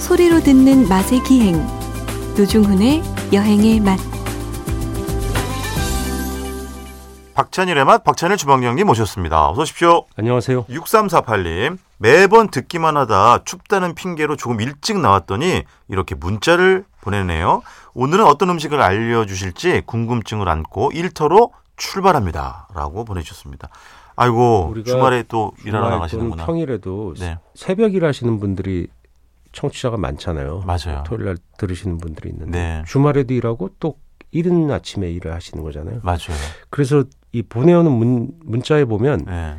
소리로 듣는 맛의 기행 노중훈의 여행의 맛 박찬일의 맛 박찬일 주방장님 모셨습니다. 어서 오십시오. 안녕하세요. 6348님 매번 듣기만 하다 춥다는 핑계로 조금 일찍 나왔더니 이렇게 문자를 보내네요. 오늘은 어떤 음식을 알려주실지 궁금증을 안고 일터로 출발합니다라고 보내주셨습니다. 아이고 우리가 주말에 또 일하러 주말 나가시는구나. 또는 평일에도 네. 새벽 일하시는 분들이 청취자가 많잖아요. 맞아요. 토요일 날 들으시는 분들이 있는데 네. 주말에도 일하고 또 이른 아침에 일을 하시는 거잖아요. 맞아요. 그래서 이 보내오는 문, 문자에 보면 네.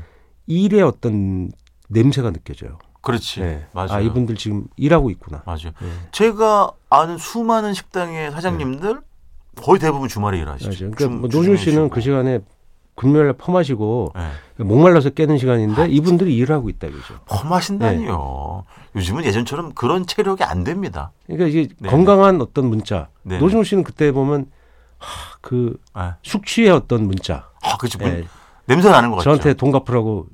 일의 어떤 냄새가 느껴져요. 그렇지. 네. 맞아요. 아 이분들 지금 일하고 있구나. 맞아요. 네. 제가 아는 수많은 식당의 사장님들 거의 대부분 주말에 일하시죠. 네. 맞아요. 그러니까 뭐 노준 씨는 그 시간에 금요일 날 펌하시고 네. 아, 목말라서 깨는 시간인데 이분들이 일을 하고 있다 이거죠. 험하신다니요. 요즘은 예전처럼 그런 체력이 안 됩니다. 그러니까 이게 네. 건강한 어떤 문자. 네. 노준호 씨는 그때 보면 하, 그 예. 숙취의 어떤 문자. 아, 그치. 문, 예. 냄새 나는 것 같죠. 저한테 돈 갚으라고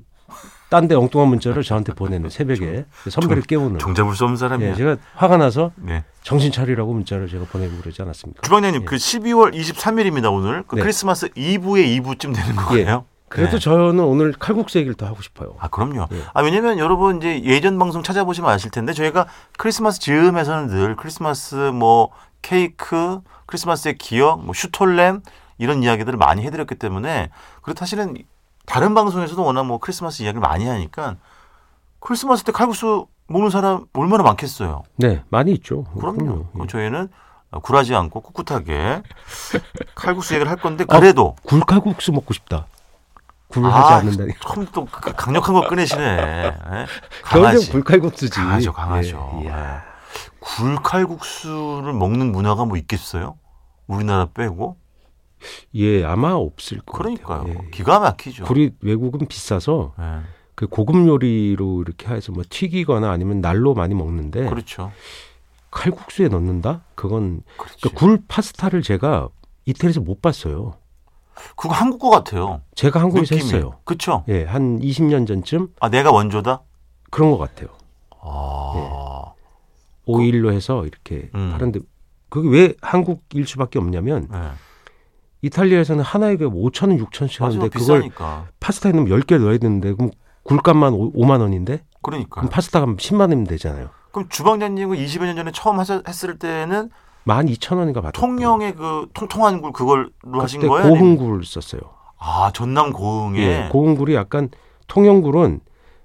딴 데 엉뚱한 문자를 저한테 보내는 새벽에 선배를 깨우는. 종잡을 수 없는 사람이야. 예, 제가 화가 나서 네. 정신 차리라고 문자를 제가 보내고 그러지 않았습니까? 주방장님, 그 12월 23일입니다, 오늘. 그 예. 네. 크리스마스 2부의 2부쯤 되는 거예요. 그래도 네. 저는 오늘 칼국수 얘기를 더 하고 싶어요. 아, 그럼요. 예. 아, 왜냐면 여러분 이제 예전 방송 찾아보시면 아실 텐데 저희가 크리스마스 즈음에서는 늘 크리스마스 뭐 케이크, 크리스마스의 기억, 뭐 슈톨렘 이런 이야기들을 많이 해드렸기 때문에 그리고 사실은 다른 방송에서도 워낙 뭐 크리스마스 이야기를 많이 하니까 크리스마스 때 칼국수 먹는 사람 얼마나 많겠어요. 네, 많이 있죠. 그럼요. 그럼 예. 저희는 굴하지 않고 꿋꿋하게 칼국수 얘기를 할 건데 그래도 굴칼국수 먹고 싶다. 굴을 아, 아, 음, 하지 않는다. 처음 또 가- 강력한 거 꺼내시네. 예? 겨울엔 강아지. 굴칼국수지. 강하죠, 강하죠. 예, 이야. 굴칼국수를 먹는 문화가 뭐 있겠어요? 우리나라 빼고? 예, 아마 없을 것 그러니까요. 같아요. 예. 기가 막히죠. 굴이 외국은 비싸서 예, 그 고급 요리로 이렇게 해서 뭐 튀기거나 아니면 날로 많이 먹는데 그렇죠. 칼국수에 넣는다? 네. 그건 그렇지. 그러니까 굴 파스타를 제가 이태리에서 못 봤어요. 그거 한국 거 같아요. 제가 한국에서 느낌이. 했어요. 그쵸? 예, 한 20년 전쯤 아, 내가 원조다? 그런 것 같아요. 예. 아, 오일로 해서 이렇게 음. 하는데 그게 왜 한국일 수밖에 없냐면 네. 이탈리아에서는 하나에 그 5천 원, 6천 원씩 맞아요. 하는데 그걸 비싸니까. 파스타에 넣으면 10개 넣어야 되는데 그럼 굴값만 5, 만 원인데 그러니까. 그럼 파스타가 10만 원이면 되잖아요. 그럼 주방장님은 20여 년 전에 처음 하셨, 했을 때는 12,000원인가 받았어요. 통영의 그 통통한 굴 그걸로 하신 그때 거예요? 아니면- 고흥굴 썼어요. 아, 전남 고흥에. 예, 고흥굴이 약간 통영굴은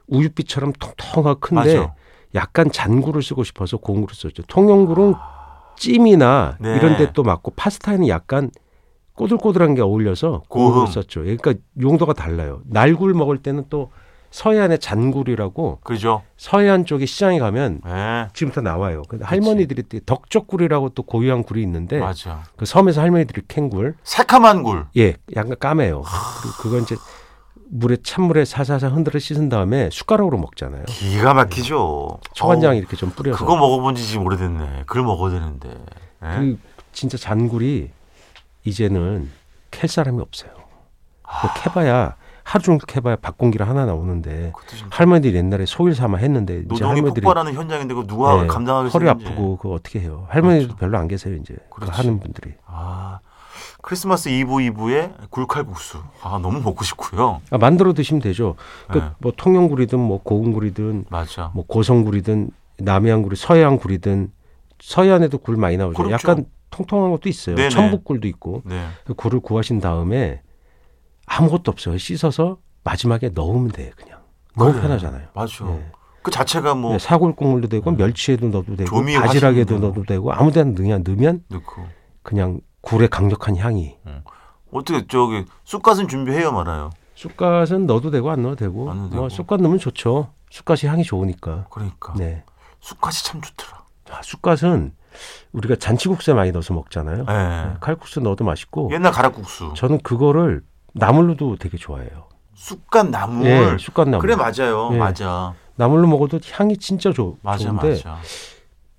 우유빛처럼 통통하고 큰데 맞아. 약간 잔굴을 쓰고 싶어서 고흥굴을 썼죠. 통영굴은 찜이나 아. 네. 이런 데 또 맞고 파스타에는 약간 꼬들꼬들한 게 어울려서 고흥을 고흥. 썼죠. 예, 그러니까 용도가 달라요. 날굴 먹을 때는 또 서해안의 잔굴이라고 그죠? 서해안 쪽에 시장에 가면 예. 지금 다 나와요. 근데 할머니들이 또 덕적굴이라고 또 고유한 굴이 있는데 맞아. 그 섬에서 할머니들이 캔 굴. 새카만 굴. 예, 약간 까매요. 그- 그건 이제 물에 찬물에 사사사 흔들어 씻은 다음에 숟가락으로 먹잖아요. 기가 막히죠. 초간장 어우, 이렇게 좀 뿌려서. 그거 먹어본 지 지금 오래됐네. 그걸 먹어야 되는데. 예? 그 진짜 잔굴이 이제는 캘 사람이 없어요. 아. 그거 캐봐야 하루 종일 캐봐야 밥공기를 하나 나오는데 그것도 좀 할머니들이 옛날에 소일 삼아 했는데 이제 노동이 할머니들이 폭발하는 현장인데 그거 누가 네, 감당하겠어요? 허리 아프고 그거 어떻게 해요? 할머니도 들 별로 안 계세요 이제 그거 예. 그렇죠. 그렇지. 하는 분들이. 아 크리스마스 이브 이브에 굴칼국수. 아 너무 먹고 싶고요. 아, 만들어 드시면 되죠. 네. 그뭐 통영굴이든 뭐 고흥굴이든 맞아. 뭐 고성굴이든 남해안굴이 서해안굴이든 서해안에도 굴 많이 나오죠. 그렇죠. 약간 통통한 것도 있어요. 네네. 천북굴도 있고 네. 그 굴을 구하신 다음에 아무것도 없어요. 씻어서 마지막에 넣으면 돼 그냥 너무 그래. 편하잖아요. 맞아. 네. 그 자체가 뭐 네, 사골 국물도 되고 멸치에도 넣어도 되고 조미 바지락에도 화신도 넣어도 되고 아무데나 그냥 넣으면 넣고 그냥 굴의 강력한 향이 어떻게 저기 쑥갓은 준비해요 말아요. 쑥갓은 넣어도 되고 안 넣어도 되고, 안 넣어도 뭐 되고. 쑥갓 넣으면 좋죠. 쑥갓이 향이 좋으니까. 그러니까 네. 쑥갓이 참 좋더라. 아, 쑥갓은 우리가 잔치국수에 많이 넣어서 먹잖아요. 예. 네, 칼국수 넣어도 맛있고 옛날 가락국수. 저는 그거를 나물로도 되게 좋아해요. 쑥갓 나물. 예, 쑥갓나물. 그래 맞아요. 예. 맞아. 나물로 먹어도 향이 진짜 좋, 맞아 좋은데 맞아.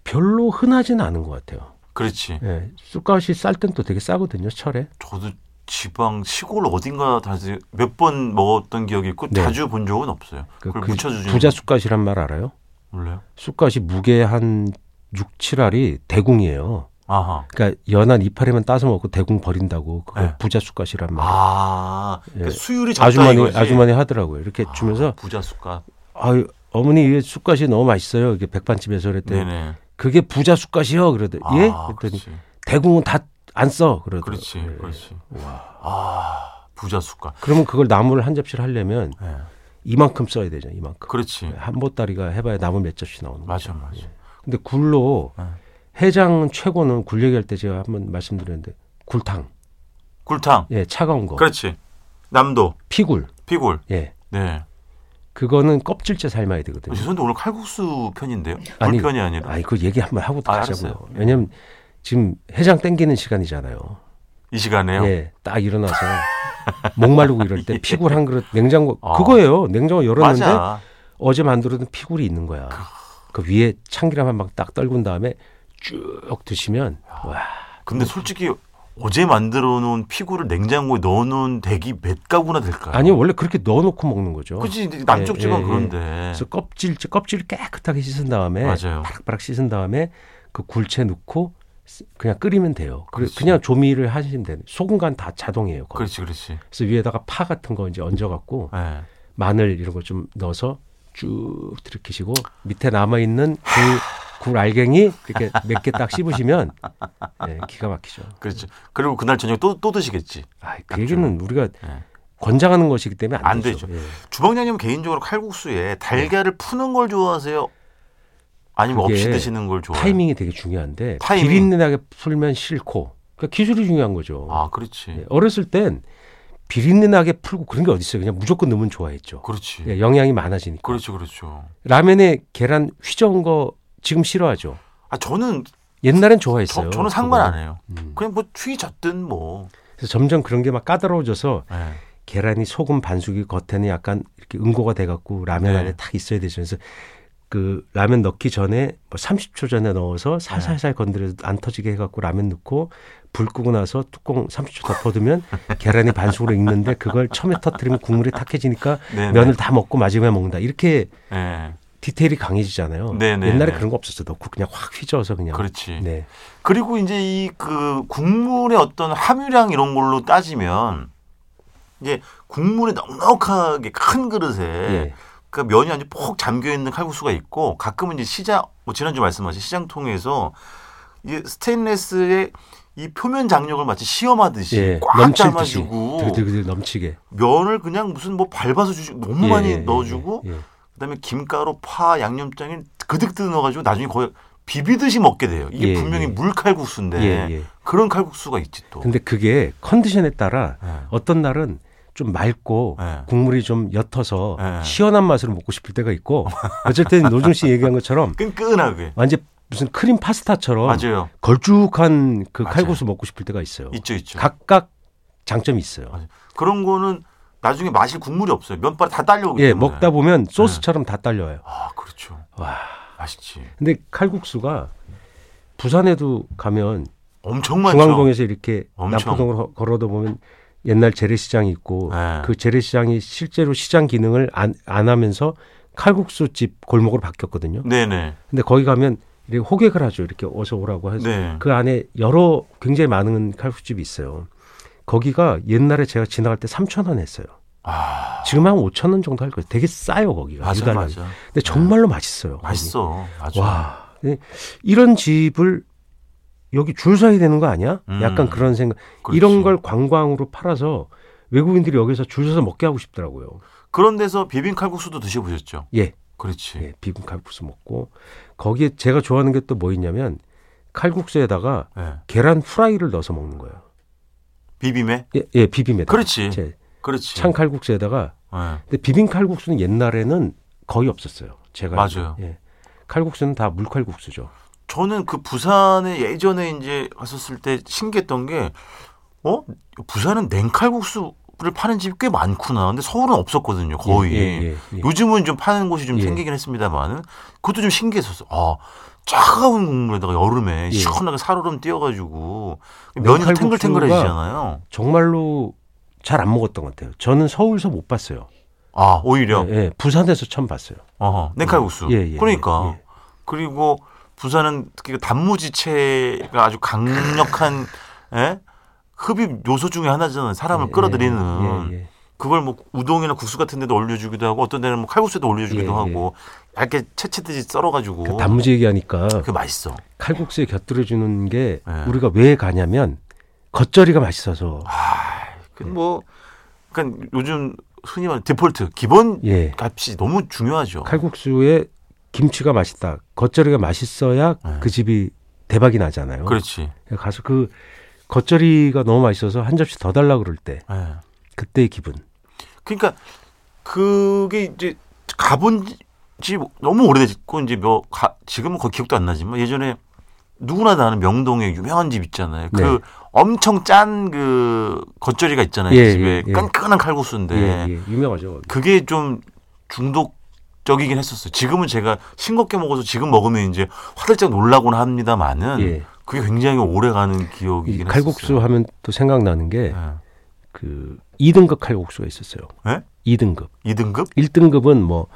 별로 흔하진 않은 것 같아요. 그렇지. 예, 쑥갓이 쌀 땐 또 되게 싸거든요, 철에. 저도 지방 시골 어딘가 다시 몇 번 먹었던 기억이 있고 네. 자주 본 적은 없어요. 그- 그걸 그 묻혀주지 부자 쑥갓이란 말 알아요? 몰라요. 쑥갓이 무게 한 육, 칠알이 대궁이에요. 아하. 그러니까 연한 이파리만 따서 먹고 대궁 버린다고 그거 네. 부자 숟가시란 말. 아, 그러니까 예. 수율이 적다 아주머니 이거지. 아주머니 하더라고요. 이렇게 아, 주면서 부자 숟가. 아유 어머니 이게 숟가시 너무 맛있어요. 이게 백반집에서 그랬더니 네네. 그게 부자 숟가시요. 그러더니 아, 예? 그랬더니 그렇지. 대궁은 다 안 써. 그러더라고요. 그렇지, 예. 그렇지. 와. 아, 부자 숟가. 그러면 그걸 나무를 한 접시를 하려면 예. 이만큼 써야 되죠. 이만큼. 그렇지. 한 보따리가 해봐야 나무 몇 접시 나오는 거죠. 맞아, 맞아. 근데 굴로 예. 해장 최고는 굴 얘기할 때 제가 한번 말씀드렸는데 굴탕. 굴탕. 예, 차가운 거. 그렇지. 남도 피굴. 피골. 예. 네. 그거는 껍질째 삶아야 되거든요. 죄송한데 오늘 칼국수 편인데요. 네. 아니, 불편이 아니라. 아이 그 얘기 한번 하고 아, 가자고요. 알았어요. 왜냐면 지금 해장 땡기는 시간이잖아요. 이 시간에요. 예, 딱 일어나서 목 마르고 이럴 때 피굴 한 그릇 냉장고 아. 그거예요. 냉장고 열었는데 맞아. 어제 만들어둔 피굴이 있는 거야. 그 위에 참기름 한 방 딱 떨군 다음에 쭉 드시면 와 근데 솔직히 어제 만들어 놓은 피구를 냉장고에 넣어 놓은 댁이 몇 가구나 될까요? 아니 원래 그렇게 넣어놓고 먹는 거죠. 그치 남쪽 예, 집은 예, 예. 그런데. 그래서 껍질 껍질 깨끗하게 씻은 다음에 맞아요. 바락바락 씻은 다음에 그 굴채 넣고 쓰- 그냥 끓이면 돼요. 그 그렇지. 그냥 조미를 하시면 돼요. 소금 간 다 자동이에요. 거의. 그렇지, 그렇지. 그래서 위에다가 파 같은 거 이제 얹어갖고 예. 마늘 이런 거 좀 넣어서 쭉 들이키시고 밑에 남아 있는 그 굴 알갱이 이렇게 몇 개 딱 씹으시면 예, 기가 막히죠. 그렇지. 그리고 그날 저녁 또, 또 드시겠지. 아, 그 얘기는 우리가 예. 권장하는 것이기 때문에 안, 안 되죠. 예. 주방장님은 개인적으로 칼국수에 달걀을 푸는 걸 좋아하세요? 아니면 그게 없이 드시는 걸 좋아해요? 타이밍이 되게 중요한데 타이밍. 비린내나게 풀면 싫고 그러니까 기술이 중요한 거죠. 아, 그렇지. 예, 어렸을 땐 비린내나게 풀고 그런 게 어디 있어요. 그냥 무조건 넣으면 좋아했죠. 그렇지. 예, 영양이 많아지니까. 그렇죠, 그렇죠. 라면에 계란 휘저은 거 지금 싫어하죠. 아, 저는, 옛날엔 좋아했어요. 음. 저, 저는 상관 그거. 안 해요. 그냥 뭐 튀졌든 뭐. 그래서 점점 그런 게 막 까다로워져서 예. 계란이 소금 반숙이 겉에는 약간 이렇게 응고가 돼갖고 라면 네. 안에 탁 있어야 되죠. 그래서 그 라면 넣기 전에 뭐 30초 전에 네. 넣어서 살살살 건드려서 안 터지게 해갖고 라면 넣고 불 끄고 나서 뚜껑 30초 덮어두면 계란이 반숙으로 익는데 그걸 처음에 터뜨리면 국물이 탁해지니까 네, 면을 다 먹고 마지막에 먹는다. 이렇게 네. 예. 디테일이 강해지잖아요. 네, 네, 옛날에 네. 그런 거 없었어. 넣고 그냥 확 휘저어서 그냥. 그렇지. 네. 그리고 이제 이 그 국물의 어떤 함유량 이런 걸로 따지면 이제 국물이 넉넉하게 큰 그릇에 예. 그 면이 아주 폭 잠겨 있는 칼국수가 있고 가끔은 이제 시장 뭐 지난주 말씀하신 시장 통에서 이 스테인레스의 이 표면 장력을 마치 시험하듯이 예. 꽉 넘칠 듯이. 담아주고 들들들 넘치게. 면을 그냥 무슨 뭐 밟아서 주지 너무 많이 예, 예, 넣어주고 예, 예. 그다음에 김가루, 파, 양념장에 그득 뜯어 넣어가지고 나중에 거의 비비듯이 먹게 돼요. 이게 예, 분명히 예. 물칼국수인데 예, 예. 그런 칼국수가 있지 또. 근데 그게 컨디션에 따라 예. 어떤 날은 좀 맑고 예. 국물이 좀 옅어서 예. 시원한 맛으로 먹고 싶을 때가 있고 어쩔 때는 노중 씨 얘기한 것처럼 끈끈하게 완전 무슨 크림 파스타처럼 맞아요. 걸쭉한 그 맞아요. 칼국수 먹고 싶을 때가 있어요. 있죠, 있죠. 각각 장점이 있어요. 맞아요. 그런 거는 나중에 마실 국물이 없어요. 면발 다 딸려오기 예, 때문에. 먹다 보면 소스처럼 다 딸려요. 아 그렇죠. 와. 맛있지. 근데 칼국수가 부산에도 가면 엄청 많죠. 중앙동에서 이렇게 그렇죠. 엄청. 남포동으로 걸어다 보면 옛날 재래시장이 있고 네. 그 재래시장이 실제로 시장 기능을 안, 안 하면서 칼국수 집 골목으로 바뀌었거든요. 네네. 근데 거기 가면 이렇게 호객을 하죠. 이렇게 어서 오라고 해서 네. 그 안에 여러 굉장히 많은 칼국수 집이 있어요. 거기가 옛날에 제가 지나갈 때 3천 원 했어요. 아 지금 한 5천 원 정도 할 거예요. 되게 싸요 거기가. 맞아 유달리. 맞아. 네. 근데 정말로 맛있어요. 거기. 맛있어. 맞아. 와 예. 이런 집을 여기 줄 서야 되는 거 아니야? 음. 약간 그런 생각. 그렇지. 이런 걸 관광으로 팔아서 외국인들이 여기서 줄 서서 먹게 하고 싶더라고요. 그런 데서 비빔 칼국수도 드셔보셨죠? 예, 그렇지. 예, 비빔 칼국수 먹고 거기에 제가 좋아하는 게 또 뭐 있냐면 칼국수에다가 예. 계란 후라이를 넣어서 먹는 거예요. 비빔에. 예, 예 비빔에. 그렇지. 제 그렇지. 창칼국수에다가 예. 근데 비빔 칼국수는 옛날에는 거의 없었어요. 제가 맞아요. 예. 칼국수는 다 물칼국수죠. 저는 그 부산에 예전에 이제 갔었을 때 신기했던 게, 어? 부산은 냉칼국수를 파는 집이 꽤 많구나. 근데 서울은 없었거든요, 거의. 예, 예, 예, 예. 요즘은 좀 파는 곳이 좀 예. 생기긴 했습니다만은 그것도 좀 신기했었어. 아, 차가운 국물에다가 여름에 예. 시원하게 살얼음 띄워가지고 면이 다 냉칼국수가- 탱글탱글해지잖아요. 정말로 잘 안 먹었던 것 같아요. 저는 서울서 못 봤어요. 아, 오히려 예, 예, 부산에서 처음 봤어요. 어허, 냉칼국수. 예, 예, 그러니까 예. 그리고 부산은 특히 그 단무지체가 아주 강력한 예? 흡입 요소 중에 하나잖아요. 사람을 예, 끌어들이는 예, 예. 그걸 뭐 우동이나 국수 같은 데도 올려주기도 하고 어떤 데는 뭐 칼국수에도 올려주기도 예, 예. 하고 얇게 채채듯이 썰어가지고 그 단무지 예. 얘기하니까 그게 맛있어. 칼국수에 곁들여 주는 게 예. 우리가 왜 가냐면 겉절이가 맛있어서 아. 그뭐 그러니까 요즘 흔히 말하는 디폴트 기본 예. 값이 너무 중요하죠. 칼국수에 김치가 맛있다. 겉절이가 맛있어야 네. 그 집이 대박이 나잖아요. 그렇지. 가서 그 겉절이가 너무 맛있어서 한 접시 더 달라 그럴 때 예. 그때의 기분. 그러니까 그게 이제 가본 지 너무 오래됐고 이제 몇 가- 지금은 거의 기억도 안 나지만 예전에 누구나 다 아는 명동에 유명한 집 있잖아요. 그 네. 엄청 짠 그 겉절이가 있잖아요. 예, 집에 예, 예. 끈끈한 칼국수인데 예, 예. 유명하죠. 거기. 그게 좀 중독적이긴 했었어요. 지금은 제가 싱겁게 먹어서 지금 먹으면 이제 화들짝 놀라곤 합니다만은 예. 그게 굉장히 오래가는 이 기억이긴 칼국수 했었어요. 하면 또 생각나는 게 예. 그 2등급 칼국수가 있었어요. 예? 2등급. 2등급 1등급은 뭐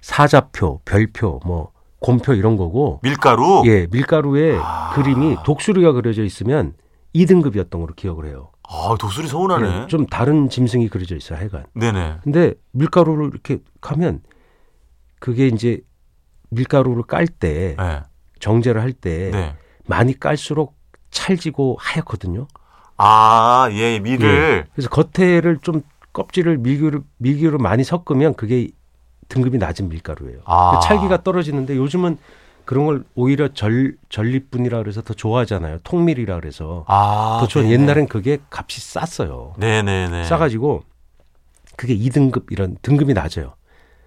사자표, 별표, 뭐 곰표 이런 거고 밀가루 예, 밀가루에 어. 아. 그림이 독수리가 그려져 있으면 2등급이었던 걸로 기억을 해요. 아, 독수리 서운하네. 예, 좀 다른 짐승이 그려져 있어요, 하여간. 네네. 근데 밀가루를 이렇게 하면 그게 이제 밀가루를 깔 때 예. 정제를 할 때 네. 많이 깔수록 찰지고 하얗거든요. 아, 예, 밀을. 그래서 겉에를 좀 껍질을 밀기로 밀기로 많이 섞으면 그게 등급이 낮은 밀가루예요. 아. 그 찰기가 떨어지는데 요즘은 그런 걸 오히려 절 전립분이라 그래서 더 좋아하잖아요. 통밀이라 그래서 아. 더 좋아. 네네. 옛날엔 그게 값이 쌌어요. 네네네. 싸가지고 그게 2등급 이런 등급이 낮아요.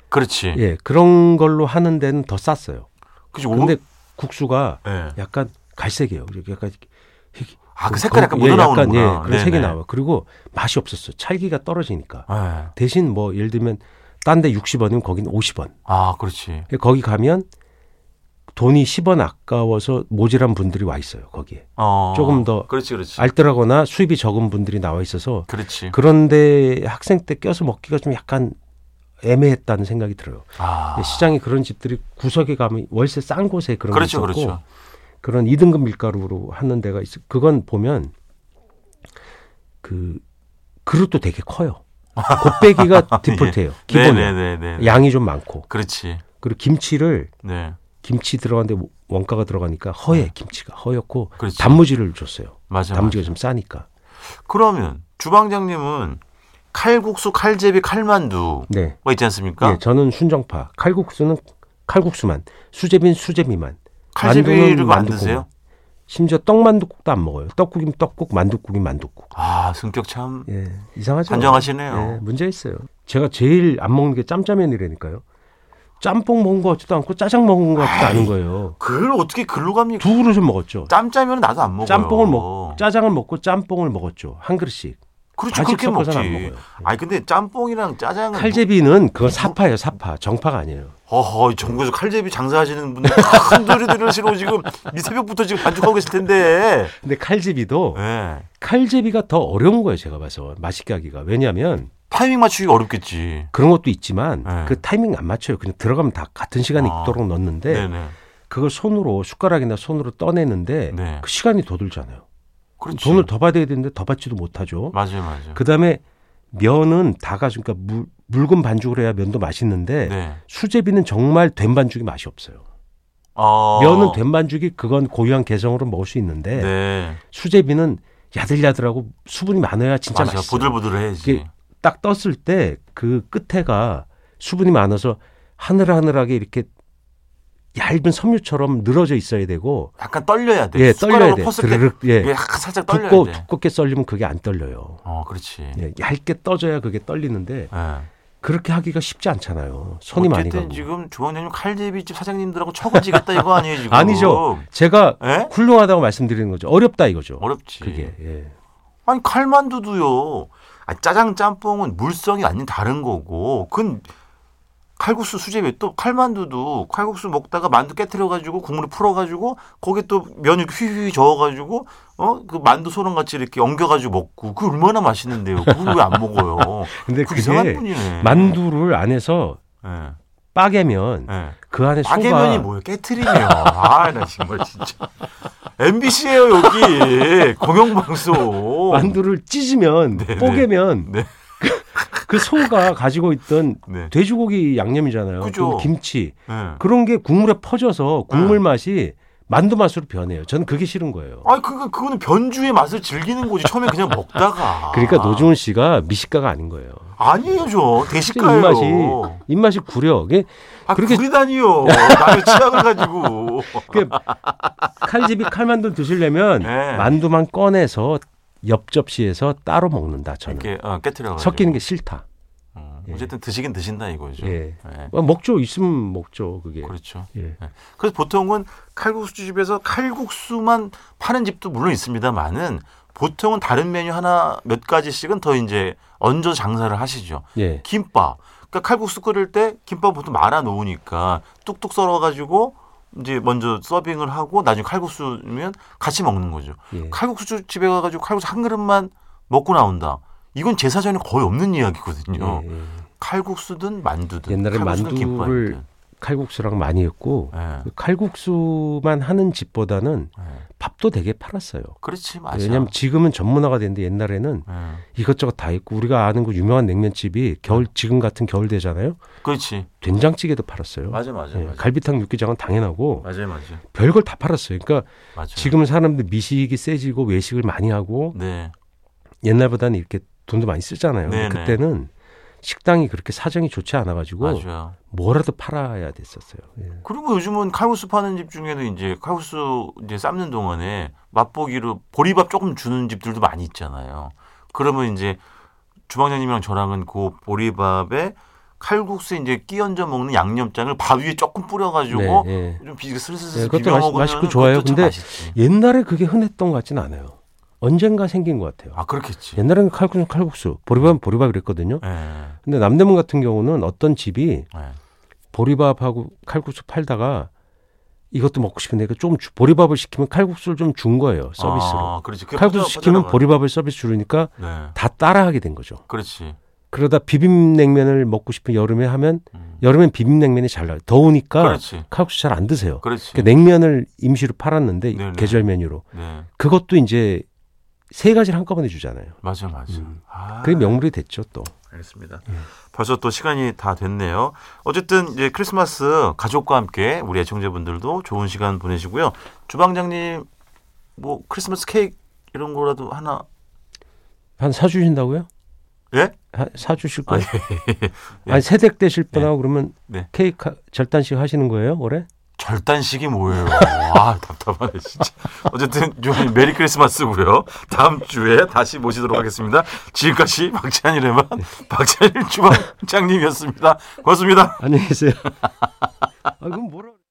그렇지. 예, 그런 걸로 하는 데는 더 쌌어요. 네. 그치. 뭐 오- 근데 국수가 예. 약간 갈색이에요. 이렇게 약간 아, 그 색깔 약간 예, 묻어나오는구나. 약간, 예, 그런 색이 네네. 나와. 그리고 맛이 없었어. 찰기가 떨어지니까. 예. 대신 뭐 예를 들면 딴 데 60원이면 거긴 50원. 아, 그렇지. 거기 가면 돈이 10원 아까워서 모자란 분들이 와 있어요. 거기에. 어. 조금 더 그렇지, 그렇지. 알뜰하거나 수입이 적은 분들이 나와 있어서 그렇지. 그런데 학생 때 껴서 먹기가 좀 약간 애매했다는 생각이 들어요. 아. 예, 시장에 그런 집들이 구석에 가면 월세 싼 곳에 그런 게 그렇죠, 있었고 그렇죠. 그런 2등급 밀가루로 하는 데가 있어. 그건 보면 그 그릇도 되게 커요. 곱빼기가 네, 디폴트예요. 기본에 네네네네. 양이 좀 많고 그렇지. 그리고 김치를 네. 김치 들어가는데 원가가 들어가니까 허예 김치가 허였고 그렇지. 단무지를 줬어요. 맞아. 맞아. 단무지가 좀 싸니까. 그러면 주방장님은 칼국수, 칼제비, 칼만두가 뭐 네. 있지 않습니까? 예, 저는 순정파. 칼국수는 칼국수만, 수제비는 수제비만. 칼제비를 만두는 안 드세요? 만둣국만. 심지어 떡만둣국도 안 먹어요. 떡국이면 떡국, 만둣국이면 만둣국. 아, 성격 참 예, 이상하죠. 단정하시네요. 예, 문제 있어요. 제가 제일 안 먹는 게 짬짜면이라니까요. 짬뽕 먹은 거 같지도 않고 짜장 먹은 거 같지도 아이. 않은 거예요. 그걸 어떻게 글로 갑니까? 두 그릇을 먹었죠. 짬짜면 나도 안 먹어요. 짬뽕을 먹, 짜장을 먹고 짬뽕을 먹었죠. 한 그릇씩. 그렇죠. 반씩 그렇게 먹지. 섞어서는 안 먹어요. 아니 근데 짬뽕이랑 짜장은 칼제비는 그건 사파예요, 사파. 정파가 아니에요. 뭐- 어허, 이 전국에서 칼제비 장사하시는 분들 큰 소리 들으시고 지금 이 새벽부터 지금 반죽하고 계실 텐데. 근데 칼제비도 예. 칼제비가 더 어려운 거예요, 제가 봐서. 맛있게 하기가. 왜냐하면 타이밍 맞추기 어렵겠지. 그런 것도 있지만 네. 그 타이밍 안 맞춰요. 그냥 들어가면 다 같은 시간에 아, 익도록 넣는데 네, 네. 그걸 손으로 숟가락이나 손으로 떠내는데 네. 그 시간이 더 들잖아요. 그렇지. 돈을 더 받아야 되는데 더 받지도 못하죠. 맞아요, 맞아요. 그다음에 면은 다가 그러니까 물, 묽은 반죽을 해야 면도 맛있는데 네. 수제비는 정말 된 반죽이 맛이 없어요. 어. 면은 된 반죽이 그건 고유한 개성으로 먹을 수 있는데 네. 수제비는 야들야들하고 수분이 많아야 진짜 맞아. 맛있어요. 보들보들해야지. 그게 딱 떴을 때 그 끝에가 수분이 많아서 하늘하늘하게 이렇게 얇은 섬유처럼 늘어져 있어야 되고 약간 떨려야 돼. 네, 예 떨려야 숟가락으로 돼 퍼쓸 때 드르륵 이게 예 약간 살짝 떨려야 두꺼 돼. 두껍게 썰리면 그게 안 떨려요 어, 그렇지. 예, 얇게 떠져야 그게 떨리는데 예. 그렇게 하기가 쉽지 않잖아요 손이 많이 어쨌든 가고 지금 조원장님 칼제비집 사장님들하고 처가지겠다 이거 아니에요 지금? 아니죠 제가 예? 훌륭하다고 말씀드리는 거죠 어렵다 이거죠 어렵지. 그게 예. 아니 칼만두도요. 아, 짜장 짬뽕은 물성이 완전 다른 거고 그건 칼국수 수제비 또 칼만두도 칼국수 먹다가 만두 깨뜨려 가지고 국물에 풀어 가지고 거기 또 면을 휘휘 저어 가지고 어 그 만두 소랑 같이 이렇게 엉겨 가지고 먹고 그 얼마나 맛있는데요. 그걸 왜 안 먹어요? 근데 그 이상한 그게 분이네. 만두를 안에서 예. 빠개면 예. 그 안에 소가 박예면이 뭐예요? 깨트리네요. 아, 나 정말 진짜. MBC예요, 여기. 공영방송. 만두를 찢으면 네, 뽀개면 네. 그 소가 가지고 있던 네. 돼지고기 양념이잖아요. 그죠. 그리고 김치 네. 그런 게 국물에 퍼져서 국물 맛이 만두 맛으로 변해요. 저는 그게 싫은 거예요. 아니, 그거, 그거는 변주의 맛을 즐기는 거지. 처음에 그냥 먹다가. 그러니까 노중훈 씨가 미식가가 아닌 거예요. 아니에요, 저. 대식가예요. 입맛이 입맛이 구려. 이게 아, 그렇게- 구리다니요. 남의 취향을 가지고. 그 칼집이 칼만두 드시려면 네. 만두만 꺼내서 옆 접시에서 따로 먹는다. 저는 이렇게 어, 깨트려가지고. 섞이는 게 싫다. 음, 예. 어쨌든 드시긴 드신다 이거죠. 예. 예. 어, 먹죠. 있으면 먹죠. 그게. 그렇죠. 예. 그래서 보통은 칼국수 집에서 칼국수만 파는 집도 물론 있습니다만은 보통은 다른 메뉴 하나 몇 가지씩은 더 이제 얹어 장사를 하시죠. 예. 김밥. 그러니까 칼국수 끓일 때 김밥 보통 말아 놓으니까 뚝뚝 썰어 가지고 이제 먼저 서빙을 하고 나중에 칼국수면 같이 먹는 거죠. 예. 칼국수 집에 가 가지고 칼국수 한 그릇만 먹고 나온다. 이건 제 사전에 거의 없는 이야기거든요. 예, 예. 칼국수든 만두든 옛날에 어. 칼국수든 만두를 김밥이든. 칼국수랑 많이 했고 예. 그 칼국수만 하는 집보다는 예. 밥도 되게 팔았어요. 그렇지 맞아. 왜냐하면 지금은 전문화가 됐는데 옛날에는 예. 이것저것 다 있고 우리가 아는 그 유명한 냉면집이 겨울 지금 같은 겨울 되잖아요. 그렇지 된장찌개도 팔았어요. 맞아 맞아 예, 맞아 갈비탕 육개장은 당연하고 맞아 맞아 별걸 다 팔았어요. 그러니까 맞아. 지금 사람들 미식이 세지고 외식을 많이 하고 네 옛날보다는 이렇게 돈도 많이 쓰잖아요. 네네. 그때는 식당이 그렇게 사정이 좋지 않아가지고 맞아요. 뭐라도 팔아야 됐었어요. 예. 그리고 요즘은 칼국수 파는 집 중에도 이제 칼국수 이제 삶는 동안에 맛보기로 보리밥 조금 주는 집들도 많이 있잖아요. 그러면 이제 주방장님이랑 저랑은 그 보리밥에 칼국수 에 이제 끼얹어 먹는 양념장을 밥 위에 조금 뿌려가지고 네, 예. 좀 비, 슬슬슬 네, 그것도 비벼 맛있- 먹으면 맛있고 좋아요. 근데 맛있지. 옛날에 그게 흔했던 것 같진 않아요. 언젠가 생긴 것 같아요. 아 그렇겠지. 옛날에는 칼국수, 칼국수, 보리밥은 보리밥 이랬거든요. 예. 예. 근데 남대문 같은 경우는 어떤 집이 예. 보리밥하고 칼국수 팔다가 이것도 먹고 싶은데 이거 좀 주- 보리밥을 시키면 칼국수를 좀 준 거예요 서비스로. 아, 그렇지. 그게 칼국수 퍼져- 시키면 퍼져나가요. 보리밥을 서비스 주니까 네. 다 따라하게 된 거죠. 그렇지. 그러다 비빔냉면을 먹고 싶은 여름에 하면 음. 여름엔 비빔냉면이 잘 나요. 더우니까 그렇지. 칼국수 잘 안 드세요. 그렇지. 그러니까 냉면을 임시로 팔았는데 그렇죠. 네네. 계절 메뉴로 네. 그것도 이제 세 가지를 한꺼번에 주잖아요. 맞아, 맞아. 음. 아, 그게 명물이 됐죠 또. 알겠습니다. 벌써 또 시간이 다 됐네요. 어쨌든 이제 크리스마스 가족과 함께 우리 애청자분들도 좋은 시간 보내시고요. 주방장님 뭐 크리스마스 케이크 이런 거라도 하나 한 사주신다고요? 예? 한 사주실 거예요? 예. 아니 세댁 되실 분하고 그러면 네. 케이크 하- 절단식 하시는 거예요 올해? 절단식이 뭐예요? 아 답답하네 진짜. 어쨌든 주님 메리 크리스마스고요. 다음 주에 다시 모시도록 하겠습니다. 지금까지 박찬일의만 박찬일 주방장님이었습니다. 고맙습니다. 안녕히 계세요. 아 그럼 뭐라?